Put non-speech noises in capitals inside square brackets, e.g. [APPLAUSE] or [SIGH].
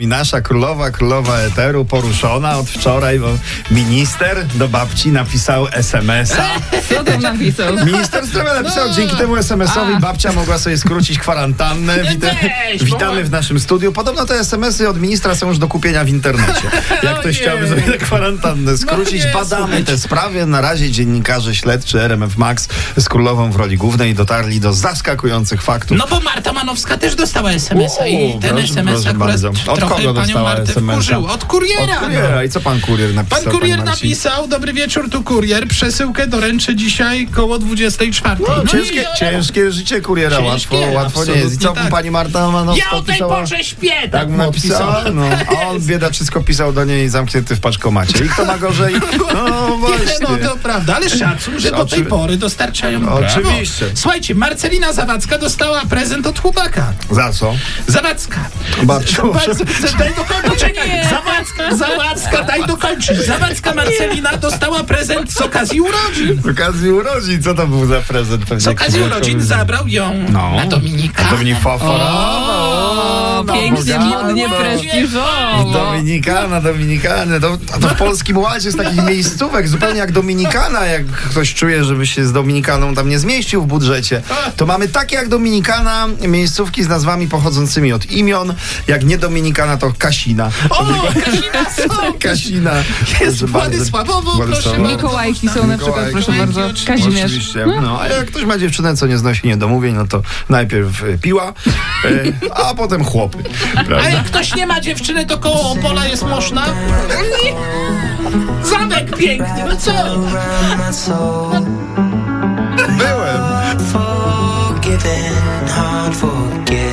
I Nasza królowa, królowa Eteru poruszona od wczoraj, bo minister do babci napisał SMS-a. [LAUGHS] Co tam napisał? Minister zdrowia napisał, No. dzięki temu SMS-owi A. No babcia mogła sobie skrócić kwarantannę. cześć, witamy w naszym studiu. Podobno te SMS-y od ministra są już do kupienia w [LAUGHS] internecie. Jak No ktoś nie. No chciałby sobie tę kwarantannę skrócić, nie, badamy te sprawy. Na razie dziennikarze śledczy RMF Max z królową w roli głównej dotarli do zaskakujących faktów. No bo Marta Manowska też dostała SMS-a O, i ten proszę, SMS proszę akurat bardzo. Od trochę kogo panią dostała Martę SMS-a? wkurzył. Od Od kuriera. kuriera. I co pan kurier napisał? Pan kurier panie Marcin? napisał, dobry wieczór, tu kurier, przesyłkę doręczę dzisiaj koło 24. No, i ciężkie, ja- ciężkie życie kuriera, Ciężkie, łatwo, łatwo nie jest. I co absolutnie tak. pani Marta Manowska Ja o tej pisała? porze śpię, Tak tak mu mu napisała, odpisała. no. a on biedaczysko pisał do niej zamknięty w paczkomacie. I kto ma [LAUGHS] gorzej? No Nie, właśnie. no to prawda, ale szacun, że do tej Oczywi- pory dostarczają brawo. Oczywiście. Słuchajcie, Marcelina Zawadzka dostała prezent od chłopaka. Za co? Zawadzka. Babciu, Bardzo- Daj dokończyć, czekaj. Zawadzka, Zawadzka, daj dokończyć. Zawadzka Marcelina dostała prezent z okazji urodzin. z okazji urodzin, co to był za prezent? Pewnie Z okazji jakiś urodzin wielkowy- zabrał ją na Dominika. Dominikana. O, pięknie, bogato. modnie, prestiżowo. Dominikana, Dominikana. To, a to w polskim ładzie jest takich miejscówek, zupełnie jak Dominikana, jak ktoś czuje, żeby się z Dominikaną tam nie zmieścił w budżecie. To mamy takie jak Dominikana miejscówki z nazwami pochodzącymi od imion. Jak nie Dominikana, to Kasina. O, [LAUGHS] Kasina, są. Kasina. Jest Proszę bardzo. Władysławowo, Władysława. proszę bardzo. Mikołajki są na przykład, Mikołajki. proszę bardzo. Kazimierz. Oczywiście. No, a jak ktoś ma dziewczynę, co nie znosi niedomówień, no to najpierw e, piła, e, a potem chłopy. A Prawda? jak ktoś nie ma dziewczyny, to koło Opola jest można? Zamek piękny, no co? Byłem. Forgiven, hard forget.